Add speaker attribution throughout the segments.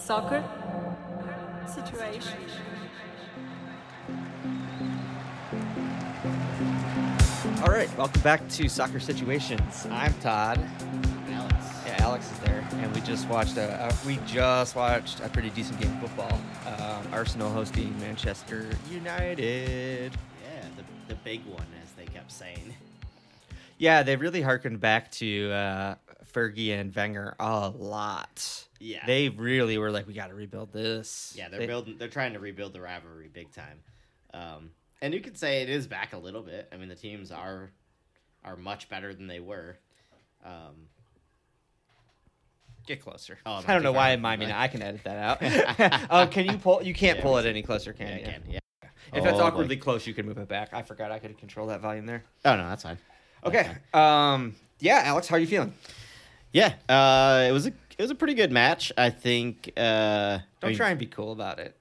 Speaker 1: soccer situation.
Speaker 2: All right, welcome back to Soccer Situations. I'm Todd.
Speaker 3: Alex.
Speaker 2: Yeah, Alex is there, and we just watched a, a we just watched a pretty decent game of football. Um, Arsenal hosting Manchester United.
Speaker 3: Yeah, the, the big one, as they kept saying.
Speaker 2: Yeah, they really harkened back to uh, Fergie and Wenger a lot.
Speaker 3: Yeah.
Speaker 2: They really were like, we got to rebuild this.
Speaker 3: Yeah, they're
Speaker 2: They-
Speaker 3: building. They're trying to rebuild the rivalry big time, um, and you could say it is back a little bit. I mean, the teams are are much better than they were. Um,
Speaker 2: Get closer.
Speaker 3: Oh, I'm
Speaker 2: I don't know why I'm
Speaker 3: different.
Speaker 2: miming. it. I can edit that out. oh, can you pull? You can't pull it any closer, can
Speaker 3: yeah,
Speaker 2: you?
Speaker 3: again, yeah.
Speaker 2: If that's
Speaker 3: Oh,
Speaker 2: awkwardly
Speaker 3: boy.
Speaker 2: close, you can move it back. I forgot I could control that volume there.
Speaker 3: Oh no, that's fine. That's
Speaker 2: Okay.
Speaker 3: fine.
Speaker 2: Um. Yeah, Alex, how are you feeling?
Speaker 3: Yeah. Uh, it was a it was a pretty good match. I think. Uh, I
Speaker 2: Don't
Speaker 3: mean,
Speaker 2: try and be cool about it.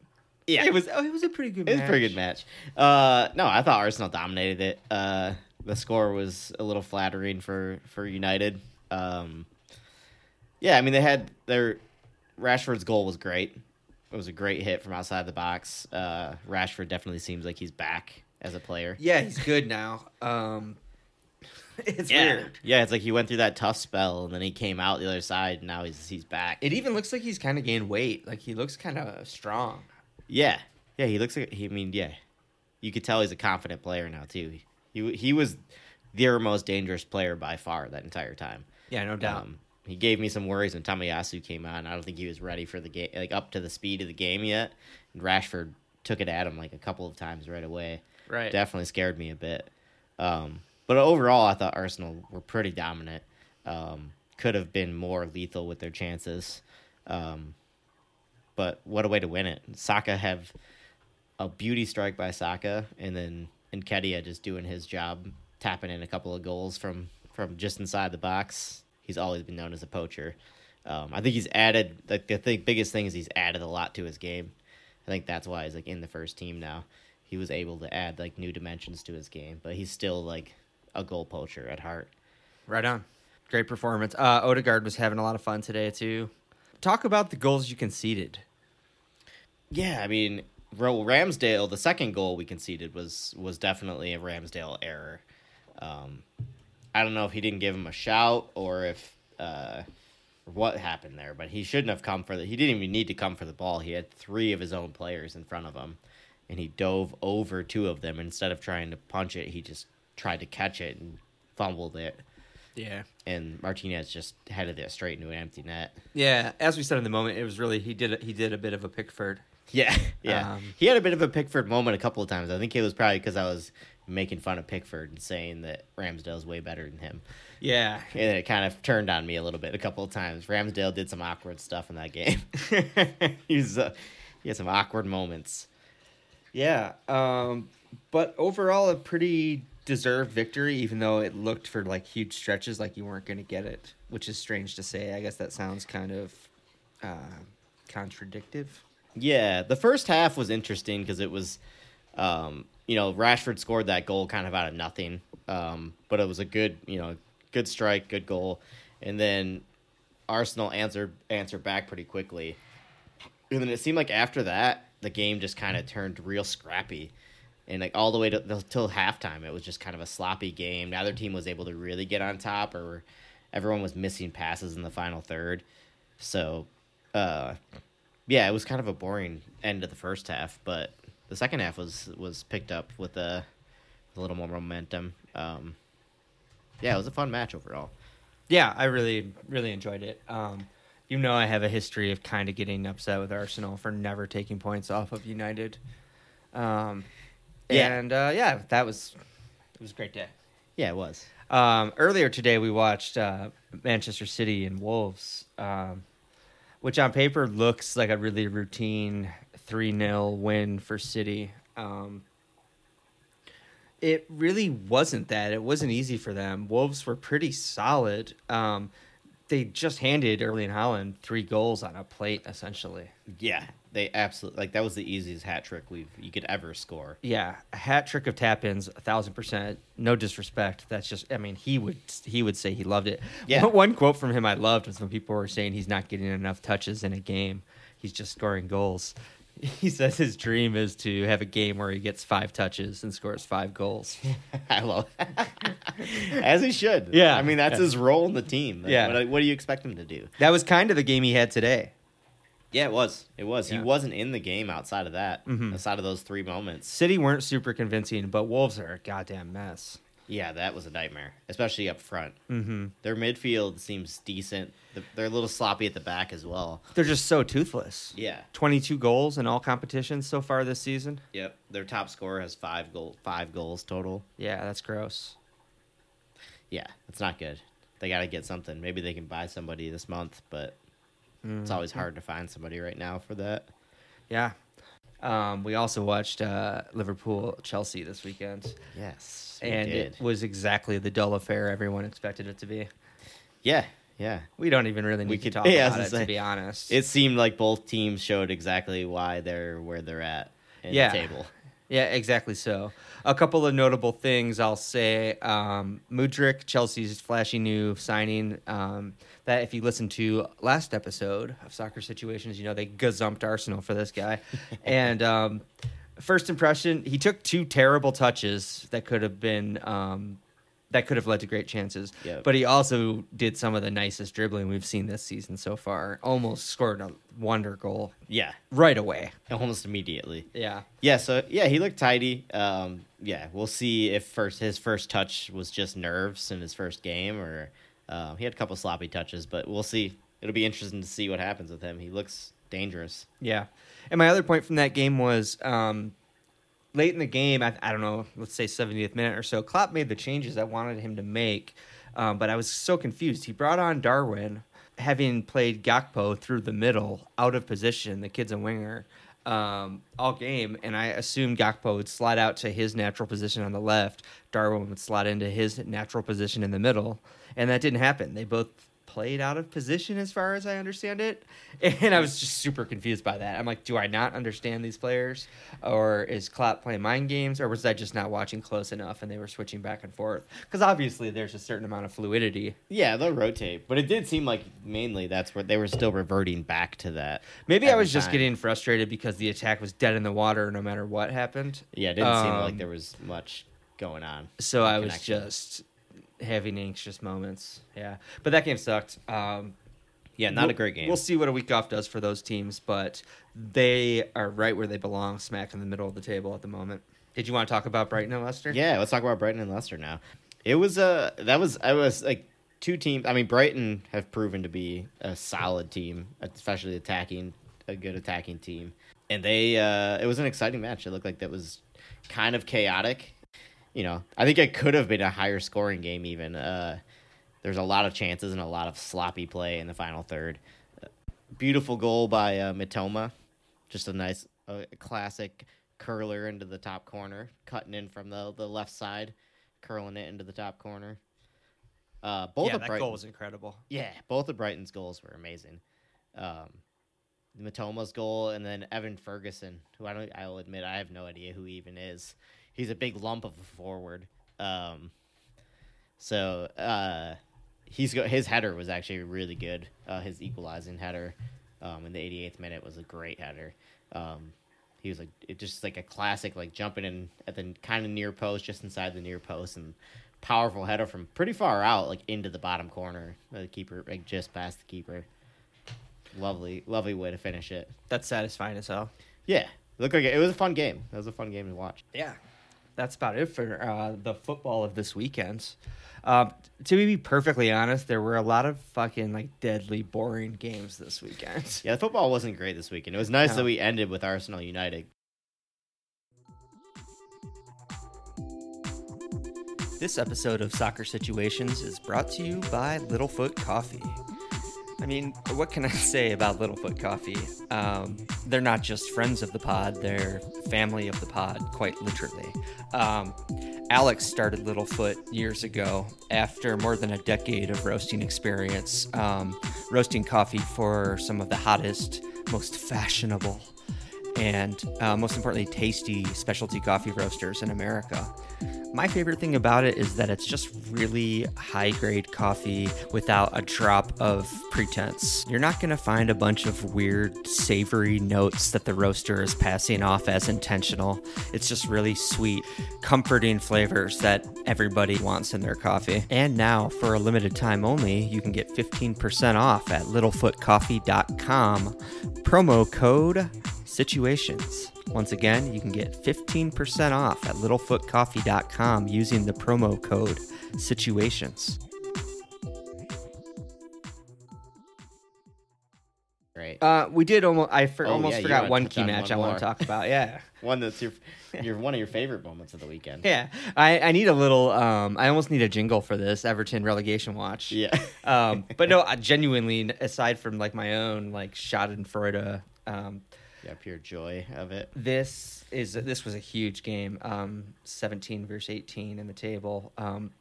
Speaker 3: Yeah.
Speaker 2: It was. Oh, it was a pretty good.
Speaker 3: It was a
Speaker 2: match.
Speaker 3: pretty good match. Uh, no, I thought Arsenal dominated it. Uh, the score was a little flattering for for United. Um, yeah, I mean they had their Rashford's goal was great. It was a great hit from outside the box. Uh, Rashford definitely seems like he's back as a player.
Speaker 2: Yeah, he's good now. Um. It's weird.
Speaker 3: yeah, it's like he went through that tough spell and then he came out the other side. And now he's he's back.
Speaker 2: It even looks like he's kind of gained weight. Like he looks kind of strong.
Speaker 3: Yeah, yeah. He looks like. He, I mean, yeah. You could tell he's a confident player now too. He he was their most dangerous player by far that entire time.
Speaker 2: Yeah, no doubt.
Speaker 3: Um, he gave me some worries when Tamayasu came on. I don't think he was ready for the game, like up to the speed of the game yet. And Rashford took it at him like a couple of times right away.
Speaker 2: Right.
Speaker 3: Definitely scared me a bit. Um, but overall, I thought Arsenal were pretty dominant. Um, could have been more lethal with their chances. Um, but what a way to win it. Saka have a beauty strike by Saka, and then Nkedia just doing his job, tapping in a couple of goals from from just inside the box. He's always been known as a poacher. Um, I think he's added like the thing, biggest thing is he's added a lot to his game. I think that's why he's like in the first team now. He was able to add like new dimensions to his game, but he's still like a goal poacher at heart.
Speaker 2: Right on. Great performance. Uh, Odegaard was having a lot of fun today too. Talk about the goals you conceded.
Speaker 3: Yeah, I mean, Ra- Ramsdale. The second goal we conceded was was definitely a Ramsdale error. Um, I don't know if he didn't give him a shout or if uh, what happened there, but he shouldn't have come for the. He didn't even need to come for the ball. He had three of his own players in front of him, and he dove over two of them instead of trying to punch it. He just tried to catch it and fumbled it,
Speaker 2: Yeah.
Speaker 3: and Martinez just headed it straight into an empty net.
Speaker 2: Yeah. As we said in the moment, it was really he did a, he did a bit of a Pickford.
Speaker 3: Yeah, yeah.
Speaker 2: Um,
Speaker 3: he had a bit of a Pickford moment a couple of times. I think it was probably because I was making fun of Pickford and saying that Ramsdale's way better than him,
Speaker 2: Yeah.
Speaker 3: and it kind of turned on me a little bit a couple of times. Ramsdale did some awkward stuff in that game. he was, uh, he had some awkward moments.
Speaker 2: Yeah. Um, but overall, a pretty deserved victory, even though it looked for like huge stretches like you weren't going to get it, which is strange to say. I guess that sounds kind of uh, contradictive.
Speaker 3: Yeah, the first half was interesting because it was, um, you know, Rashford scored that goal kind of out of nothing, um, but it was a good, you know, good strike, good goal, and then Arsenal answered answered back pretty quickly, and then it seemed like after that the game just kind of turned real scrappy, and like all the way to till halftime it was just kind of a sloppy game. Neither team was able to really get on top, or everyone was missing passes in the final third, so. Uh, yeah, it was kind of a boring end of the first half, but the second half was was picked up with a, a little more momentum. Um, yeah, it was a fun match overall.
Speaker 2: Yeah, I really, really enjoyed it. Um, you know, I have a history of kind of getting upset with Arsenal for never taking points off of United. Um,
Speaker 3: Yeah.
Speaker 2: And uh, yeah, that was it was a great day.
Speaker 3: Yeah, it was.
Speaker 2: Um, earlier today, we watched uh, Manchester City and Wolves, um, which on paper looks like a really routine 3 0 win for City. Um, it really wasn't that. It wasn't easy for them. Wolves were pretty solid. Um, they just handed Erling Holland three goals on a plate, essentially.
Speaker 3: Yeah, they absolutely like that was the easiest hat trick we've you could ever score.
Speaker 2: Yeah, a hat trick of tap ins, a thousand percent. No disrespect. That's just, I mean, he would he would say he loved it.
Speaker 3: Yeah.
Speaker 2: One, one quote from him I loved was when people were saying he's not getting enough touches in a game. He's just scoring goals. He says his dream is to have a game where he gets five touches and scores five goals.
Speaker 3: I love, as he should.
Speaker 2: Yeah.
Speaker 3: I mean that's
Speaker 2: Yeah.
Speaker 3: his role in the team. Like,
Speaker 2: Yeah.
Speaker 3: what, what do you expect him to do?
Speaker 2: That was kind of the game he had today.
Speaker 3: Yeah, it was. It was.
Speaker 2: Yeah.
Speaker 3: He wasn't in the game outside of that.
Speaker 2: Mhm.
Speaker 3: Outside of those three moments.
Speaker 2: City weren't super convincing, but Wolves are a goddamn mess.
Speaker 3: Yeah, that was a nightmare, especially up front.
Speaker 2: Mm-hmm.
Speaker 3: Their midfield seems decent. Th- They're a little sloppy at the back as well.
Speaker 2: They're just so toothless.
Speaker 3: Yeah.
Speaker 2: 22 goals in all competitions so far this season.
Speaker 3: Yep. Their top scorer has five goal five goals total.
Speaker 2: Yeah, that's gross.
Speaker 3: Yeah, it's not good. They got to get something. Maybe they can buy somebody this month, but it's always hard to find somebody right now for that.
Speaker 2: Yeah. Um, we also watched uh, Liverpool Chelsea this weekend,
Speaker 3: Yes,
Speaker 2: and
Speaker 3: and
Speaker 2: it was exactly the dull affair everyone expected it to be.
Speaker 3: yeah, yeah.
Speaker 2: We don't even really need
Speaker 3: We
Speaker 2: to
Speaker 3: could-
Speaker 2: talk
Speaker 3: yeah,
Speaker 2: about it,
Speaker 3: I was gonna
Speaker 2: to
Speaker 3: say,
Speaker 2: be honest.
Speaker 3: It seemed like both teams showed exactly why they're where they're at in
Speaker 2: Yeah.
Speaker 3: the table.
Speaker 2: Yeah, exactly. So, a couple of notable things I'll say: um, Mudrik, Chelsea's flashy new signing. Um, that if you listen to last episode of Soccer Situations, you know they gazumped Arsenal for this guy. and um, first impression, he took two terrible touches that could have been. Um, that could have led to great chances,
Speaker 3: Yep.
Speaker 2: but he also did some of the nicest dribbling we've seen this season so far. Almost scored a wonder goal
Speaker 3: Yeah,
Speaker 2: right away.
Speaker 3: almost immediately.
Speaker 2: Yeah,
Speaker 3: Yeah, so yeah, he looked tidy. Um, yeah, we'll see if first his first touch was just nerves in his first game, or um, he had a couple sloppy touches, but we'll see. It'll be interesting to see what happens with him. He looks dangerous.
Speaker 2: Yeah. And my other point from that game was um, late in the game, I, I don't know, let's say 70th minute or so, Klopp made the changes I wanted him to make, um, but I was so confused. He brought on Darwin, having played Gakpo through the middle, out of position. The kid's a winger. Um, all game, and I assumed Gakpo would slide out to his natural position on the left. Darwin would slide into his natural position in the middle, and that didn't happen. They both played out of position as far as I understand it. And I was just super confused by that. I'm like, do I not understand these players? Or is Klopp playing mind games? Or was I just not watching close enough and they were switching back and forth? Because obviously there's a certain amount of fluidity.
Speaker 3: Yeah, they'll rotate, but it did seem like mainly that's where they were still reverting back to that.
Speaker 2: Maybe I
Speaker 3: every
Speaker 2: was just
Speaker 3: time.
Speaker 2: getting frustrated because the attack was dead in the water no matter what happened.
Speaker 3: Yeah, it didn't seem
Speaker 2: Um,
Speaker 3: like there was much going on.
Speaker 2: So I was
Speaker 3: Connection.
Speaker 2: just having anxious moments. Yeah. But that game sucked. Um,
Speaker 3: yeah, not
Speaker 2: We'll-
Speaker 3: a great game.
Speaker 2: We'll see what a week off does for those teams, but they are right where they belong, smack in the middle of the table at the moment. Did you want to talk about Brighton and Leicester?
Speaker 3: Yeah, let's talk about Brighton and Leicester now. It was a that was I was like two teams. I mean, Brighton have proven to be a solid team, especially attacking a good attacking team, and they uh, it was an exciting match. It looked like that was kind of chaotic. You know, I think it could have been a higher scoring game even. Uh, there's a lot of chances and a lot of sloppy play in the final third. Beautiful goal by uh, Mitoma just a nice uh, classic curler into the top corner, cutting in from the, the left side, curling it into the top corner. Uh, both
Speaker 2: yeah
Speaker 3: of
Speaker 2: that
Speaker 3: Brighton,
Speaker 2: goal was incredible.
Speaker 3: yeah, both of Brighton's goals were amazing. Um, Matoma's goal and then Evan Ferguson, who I don't, I'll admit, I have no idea who he even is. He's a big lump of a forward. Um, so uh, he's go- his header was actually really good. Uh, his equalizing header um, in the 88th minute was a great header. Um, he was like it just like a classic, like jumping in at the kind of near post, just inside the near post, and powerful header from pretty far out, like into the bottom corner. of The keeper, like just past the keeper. Lovely, lovely way to finish it.
Speaker 2: That's satisfying as hell.
Speaker 3: Yeah, looked like it, it was a fun game. It was a fun game to watch.
Speaker 2: Yeah. That's about it for uh, the football of this weekend. Um, to be perfectly honest, there were a lot of fucking like deadly boring games this weekend.
Speaker 3: Yeah, the football wasn't great this weekend. It was nice
Speaker 2: No.
Speaker 3: that we ended with Arsenal United.
Speaker 2: This episode of Soccer Situations is brought to you by Littlefoot Coffee. I mean, what can I say about Littlefoot Coffee? Um, they're not just friends of the pod, they're family of the pod, quite literally. Um, Alex started Littlefoot years ago after more than a decade of roasting experience, um, roasting coffee for some of the hottest, most fashionable, and uh, most importantly, tasty specialty coffee roasters in America. My favorite thing about it is that it's just really high grade coffee without a drop of pretense. You're not going to find a bunch of weird, savory notes that the roaster is passing off as intentional. It's just really sweet, comforting flavors that everybody wants in their coffee. And now, for a limited time only, you can get 15% off at littlefootcoffee.com. Promo code situations. Once again, you can get 15% off at littlefootcoffee.com using the promo code situations.
Speaker 3: Right.
Speaker 2: Uh, we did almost I for,
Speaker 3: Oh,
Speaker 2: almost
Speaker 3: yeah, you
Speaker 2: forgot
Speaker 3: wanna
Speaker 2: one
Speaker 3: touch
Speaker 2: key
Speaker 3: on
Speaker 2: match
Speaker 3: one
Speaker 2: I want
Speaker 3: more.
Speaker 2: to talk about. Yeah.
Speaker 3: One that's your, your one of your favorite moments of the weekend.
Speaker 2: Yeah. I, I need a little um I almost need a jingle for this Everton relegation watch.
Speaker 3: Yeah.
Speaker 2: Um but no, I genuinely aside from like my own like Schadenfreude um
Speaker 3: yeah, pure joy of it.
Speaker 2: this is this was a huge game um 17 versus 18 in the table um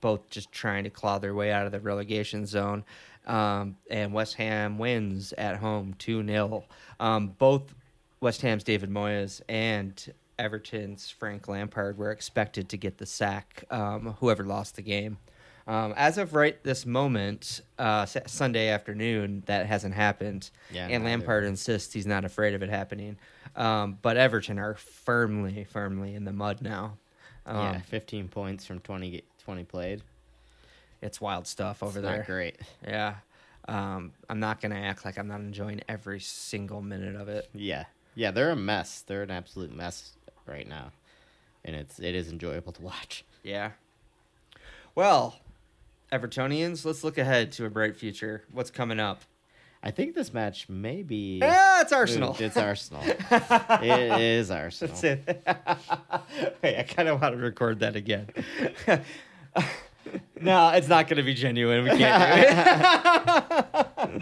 Speaker 2: both just trying to claw their way out of the relegation zone um and west ham wins at home 2-0 um both west ham's david moyes and everton's frank lampard were expected to get the sack um whoever lost the game um, as of right this moment, uh, S- Sunday afternoon, that hasn't happened.
Speaker 3: Yeah,
Speaker 2: and
Speaker 3: no, there-
Speaker 2: Lampard insists he's not afraid of it happening. Um, but Everton are firmly, firmly in the mud now. Um,
Speaker 3: yeah, 15 points from 20, ga- 20 played.
Speaker 2: It's wild stuff over
Speaker 3: It's
Speaker 2: there.
Speaker 3: not great.
Speaker 2: Yeah. Um, I'm not going to act like I'm not enjoying every single minute of it.
Speaker 3: Yeah. Yeah, they're a mess. They're an absolute mess right now. And it's it is enjoyable to watch.
Speaker 2: Yeah. Well, Evertonians, let's look ahead to a bright future. What's coming up?
Speaker 3: I think this match may be
Speaker 2: Ah, it's Arsenal.
Speaker 3: Ooh, It's Arsenal. it is Arsenal.
Speaker 2: That's it. Wait, I kind of want to record that again. no, it's not going to be genuine. We can't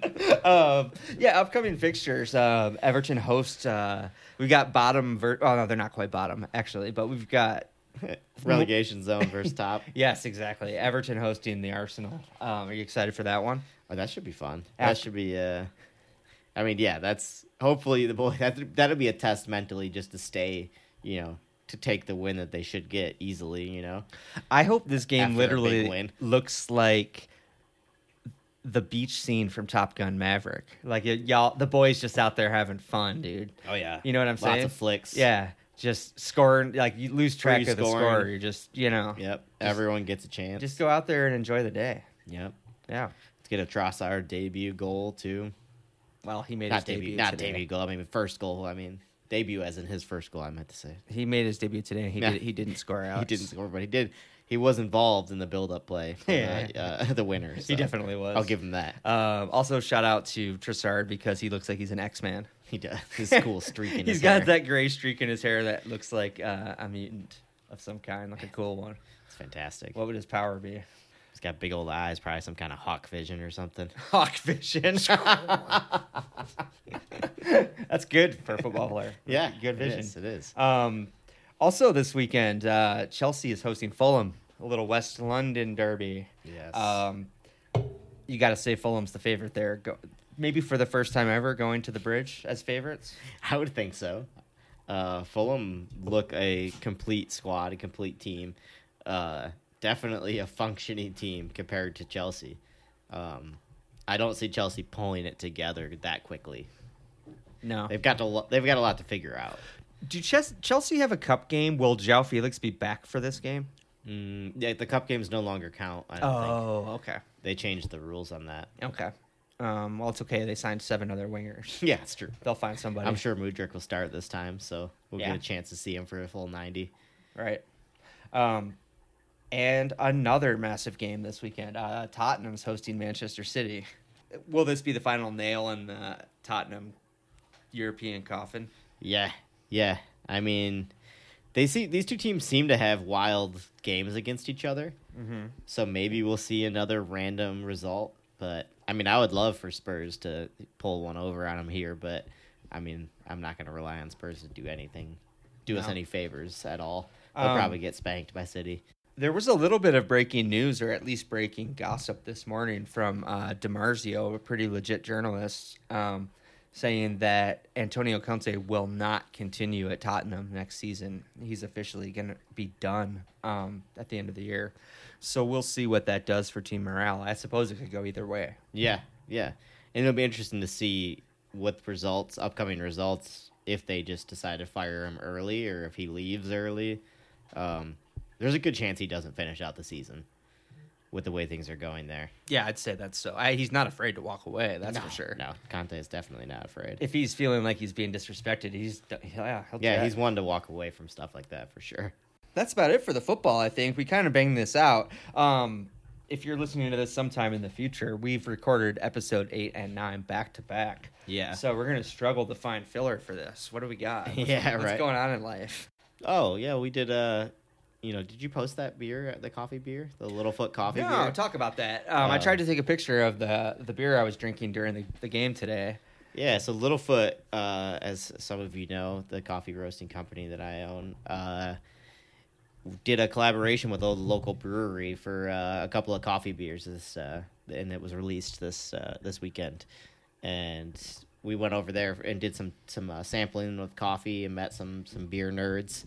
Speaker 2: do it. um, yeah, upcoming fixtures. Um, Everton hosts. Uh, we got bottom. Ver- oh no, they're not quite bottom actually, but we've got
Speaker 3: Relegation zone versus top.
Speaker 2: yes, exactly. Everton hosting the Arsenal. Um, are you excited for that one?
Speaker 3: Oh, that should be fun.
Speaker 2: After-
Speaker 3: That should be. Uh, I mean, yeah, that's hopefully the boy. That that'll be a test mentally, just to stay, you know, to take the win that they should get easily. You know,
Speaker 2: I hope this game
Speaker 3: After a
Speaker 2: literally
Speaker 3: big win.
Speaker 2: looks like the beach scene from Top Gun Maverick. Like y- y'all, the boys just out there having fun, dude.
Speaker 3: Oh, yeah.
Speaker 2: you know what I'm
Speaker 3: lots
Speaker 2: saying?
Speaker 3: of flicks.
Speaker 2: Yeah, just scoring. Like you lose track of the
Speaker 3: Free-scoring.
Speaker 2: score. You're just you know,
Speaker 3: Yep. Everyone gets a chance.
Speaker 2: just go out there and enjoy the day.
Speaker 3: Yep.
Speaker 2: Yeah.
Speaker 3: Let's get a Trossard debut goal too.
Speaker 2: Well, he made
Speaker 3: Not
Speaker 2: his
Speaker 3: debut.
Speaker 2: debut.
Speaker 3: not
Speaker 2: today.
Speaker 3: debut goal. I mean, first goal. I mean, debut as in his first goal. I meant to say.
Speaker 2: He made his debut today. He
Speaker 3: Yeah.
Speaker 2: did, he didn't score out.
Speaker 3: He didn't score, but he did. He was involved in the build-up play. For
Speaker 2: Yeah.
Speaker 3: the, uh, the winner.
Speaker 2: He
Speaker 3: so
Speaker 2: definitely was.
Speaker 3: I'll give him that.
Speaker 2: Um, also, shout out to Tressard because he looks like he's an X Man.
Speaker 3: He does. His cool streak. In
Speaker 2: He's
Speaker 3: his
Speaker 2: got
Speaker 3: hair.
Speaker 2: that gray streak in his hair that looks like uh, a mutant of some kind, like a cool one.
Speaker 3: It's fantastic.
Speaker 2: What would his power be?
Speaker 3: He's got big old eyes, probably some kind of hawk vision or something.
Speaker 2: Hawk vision. That's good for a football player.
Speaker 3: Yeah,
Speaker 2: good vision.
Speaker 3: It is. It is.
Speaker 2: Um, also, this weekend, uh, Chelsea is hosting Fulham, a little West London derby.
Speaker 3: Yes.
Speaker 2: Um, you got to say Fulham's the favorite there. Go, maybe for the first time ever, going to the bridge as favorites.
Speaker 3: I would think so. Uh, Fulham look a complete squad, a complete team. Uh, definitely a functioning team compared to Chelsea. Um, I don't see Chelsea pulling it together that quickly.
Speaker 2: No.
Speaker 3: They've got to. lo- They've got a lot to figure out.
Speaker 2: Do Ches- Chelsea have a cup game? Will Jao Felix be back for this game?
Speaker 3: Mm, yeah, the cup games no longer count. I don't think
Speaker 2: Oh, okay.
Speaker 3: they changed the rules on that.
Speaker 2: Okay. Um, well, it's okay. They signed seven other wingers.
Speaker 3: Yeah, it's true.
Speaker 2: They'll find somebody.
Speaker 3: I'm sure Mudrick will start this time, so we'll
Speaker 2: Yeah.
Speaker 3: get a chance to see him for a full 90.
Speaker 2: Right. Um, and another massive game this weekend. Uh, Tottenham's hosting Manchester City. Will this be the final nail in the Tottenham European coffin?
Speaker 3: Yeah, yeah. I mean, they see these two teams seem to have wild games against each other,
Speaker 2: Mm-hmm.
Speaker 3: so maybe we'll see another random result. But I mean, I would love for Spurs to pull one over on them here, but I mean, I'm not going to rely on Spurs to do anything, do us
Speaker 2: No.
Speaker 3: any favors at all. They'll
Speaker 2: Um,
Speaker 3: probably get spanked by City.
Speaker 2: There was a little bit of breaking news, or at least breaking gossip, this morning from uh, Demarzio, a pretty legit journalist, um, saying that Antonio Conte will not continue at Tottenham next season. He's officially going to be done um, at the end of the year. So we'll see what that does for team morale. I suppose it could go either way.
Speaker 3: Yeah, yeah, and it'll be interesting to see what the results, upcoming results, if they just decide to fire him early or if he leaves early. Um, there's a good chance he doesn't finish out the season with the way things are going there.
Speaker 2: Yeah, I'd say that's so. I, he's not afraid to walk away. That's for sure.
Speaker 3: No, Conte is definitely not afraid.
Speaker 2: If he's feeling like he's being disrespected, he's yeah, he'll
Speaker 3: yeah,
Speaker 2: do
Speaker 3: he's
Speaker 2: that.
Speaker 3: one to walk away from stuff like that for sure.
Speaker 2: that's about it for the football. I think we kind of banged this out. Um, if you're listening to this sometime in the future, we've recorded episode eight and nine back to back.
Speaker 3: Yeah.
Speaker 2: So we're gonna struggle to find filler for this. What do we got? What's-
Speaker 3: Yeah,
Speaker 2: What's
Speaker 3: right.
Speaker 2: going on in life?
Speaker 3: Oh yeah, we did. Uh, you know, did you post that beer, the coffee beer, the Littlefoot coffee
Speaker 2: no,
Speaker 3: beer?
Speaker 2: talk about that. Um, I
Speaker 3: Um,
Speaker 2: tried to take a picture of the the beer I was drinking during the, the game today.
Speaker 3: Yeah, so Littlefoot, uh, as some of you know, the coffee roasting company that I own, uh, did a collaboration with a local brewery for uh, a couple of coffee beers. This uh, and it was released this uh, this weekend, and we went over there and did some some uh, sampling with coffee and met some some beer nerds.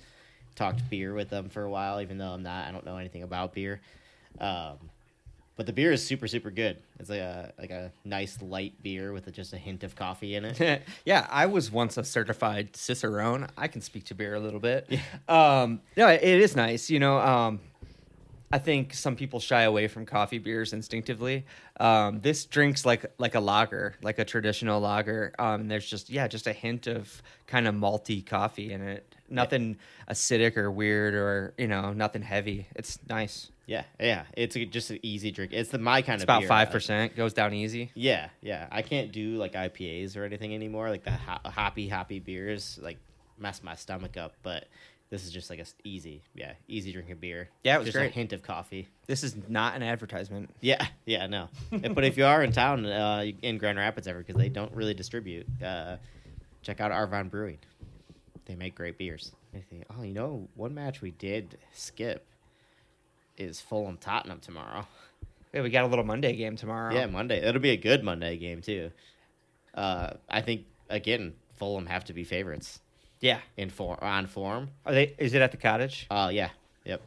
Speaker 3: Talked beer with them for a while, even though I'm not I don't know anything about beer. Um, but the beer is super super good. It's like a like a nice light beer with just a hint of coffee in it.
Speaker 2: yeah, I was once a certified cicerone. I can speak to beer a little bit. Um, no, it it is nice. You know, um, I think some people shy away from coffee beers instinctively. Um, this drinks like like a lager, like a traditional lager. Um, there's just yeah, just a hint of kind of malty coffee in it. Nothing acidic or weird or you know nothing heavy. It's nice.
Speaker 3: yeah, yeah. It's a, just an easy drink. It's the my kind
Speaker 2: It's
Speaker 3: of
Speaker 2: about
Speaker 3: beer. uh,
Speaker 2: five percent. Goes down easy.
Speaker 3: Yeah, yeah. I can't do like IPAs or anything anymore. Like the ho- hoppy hoppy beers like mess my stomach up. But this is just like a s- easy, yeah, easy drinking beer.
Speaker 2: Yeah, it was
Speaker 3: just a
Speaker 2: great.
Speaker 3: hint of coffee.
Speaker 2: This is not an advertisement.
Speaker 3: Yeah, yeah, no. but if you are in town uh, in Grand Rapids ever, because they don't really distribute, uh, check out Arvon Brewing. They make great beers. I think, oh, you know, one match we did skip is Fulham Tottenham tomorrow.
Speaker 2: Yeah, we got a little Monday game tomorrow.
Speaker 3: Yeah, Monday. It'll be a good Monday game too. Uh, I think again, Fulham have to be favorites
Speaker 2: yeah.
Speaker 3: in form on form.
Speaker 2: Are they? Is it at the cottage?
Speaker 3: Oh yeah, yep.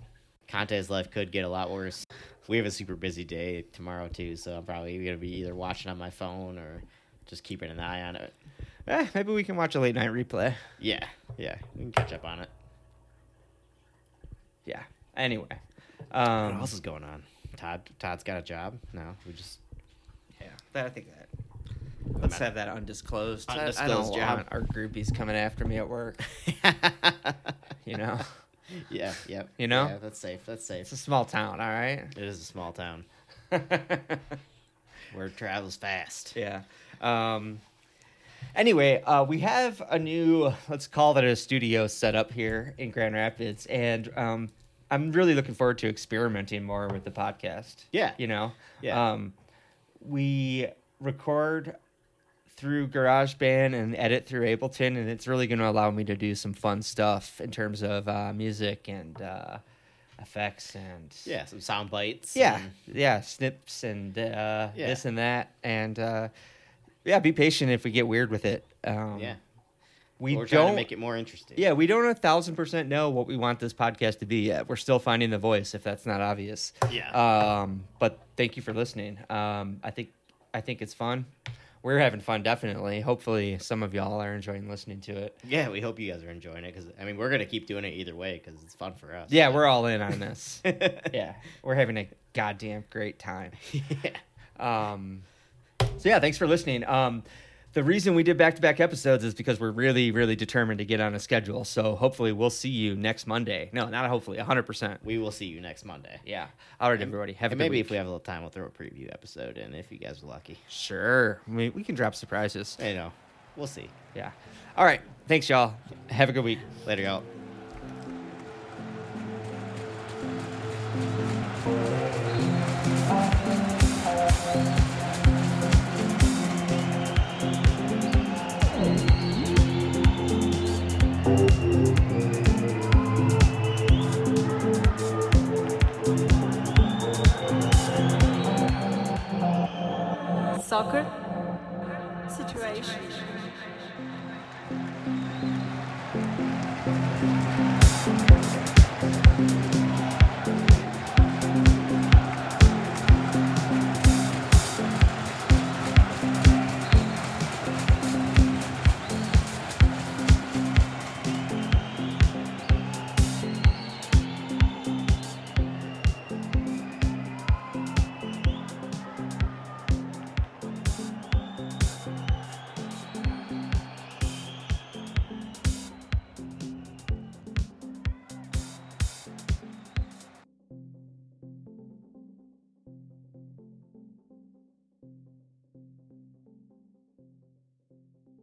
Speaker 3: Conte's life could get a lot worse. We have a super busy day tomorrow too, so I'm probably gonna be either watching on my phone or just keeping an eye on it.
Speaker 2: Eh, maybe we can watch a late night replay.
Speaker 3: Yeah, yeah, we can catch up on it.
Speaker 2: Yeah. Anyway.
Speaker 3: What
Speaker 2: Um,
Speaker 3: else is going on? Todd, Todd's got a job. No, we just
Speaker 2: yeah. That, I think that. Let's
Speaker 3: matter.
Speaker 2: have that undisclosed. I- I,
Speaker 3: Undisclosed
Speaker 2: don't
Speaker 3: job.
Speaker 2: want our groupies coming after me at work. You know,
Speaker 3: yeah, yep.
Speaker 2: You know?
Speaker 3: yeah, that's safe. That's
Speaker 2: it's a
Speaker 3: safe.
Speaker 2: small town. All right.
Speaker 3: It is a small town. Word travels fast.
Speaker 2: yeah. Um, anyway, uh, we have a new, let's call that a studio set up here in Grand Rapids, and um, I'm really looking forward to experimenting more with the podcast.
Speaker 3: Yeah.
Speaker 2: you know,
Speaker 3: Yeah.
Speaker 2: Um, we record through GarageBand and edit through Ableton, and it's really going to allow me to do some fun stuff in terms of uh, music and uh, effects and
Speaker 3: Yeah, some sound bites.
Speaker 2: yeah,
Speaker 3: and-
Speaker 2: yeah, snips and uh,
Speaker 3: Yeah.
Speaker 2: this and that, and uh, yeah, be patient if we get weird with it. Um,
Speaker 3: yeah.
Speaker 2: we
Speaker 3: We're trying
Speaker 2: don't.
Speaker 3: to make it more interesting.
Speaker 2: yeah, we don't a thousand percent know what we want this podcast to be yet. We're still finding the voice, if that's not obvious.
Speaker 3: Yeah.
Speaker 2: Um, but thank you for listening. Um, I think I think it's fun. We're having fun, definitely. Hopefully, some of y'all are enjoying listening to it.
Speaker 3: Yeah, we hope you guys are enjoying it because I mean we're gonna keep doing it either way because it's fun for us.
Speaker 2: Yeah, we're all in on this.
Speaker 3: yeah.
Speaker 2: yeah, we're having a goddamn great time. Um, so yeah, thanks for listening. Um, the reason we did back-to-back episodes is because we're really, really determined to get on a schedule. So hopefully we'll see you next Monday. No, not hopefully, hundred percent.
Speaker 3: We will see you next Monday.
Speaker 2: Yeah. All right, everybody. Have a
Speaker 3: And
Speaker 2: good
Speaker 3: maybe
Speaker 2: week.
Speaker 3: if we have a little time, we'll throw a preview episode in if you guys are lucky.
Speaker 2: Sure. We, we can drop surprises.
Speaker 3: You know, we'll see.
Speaker 2: Yeah. All right. Thanks, y'all. Have a good week.
Speaker 3: Later, y'all.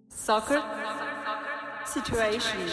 Speaker 1: soccer situation.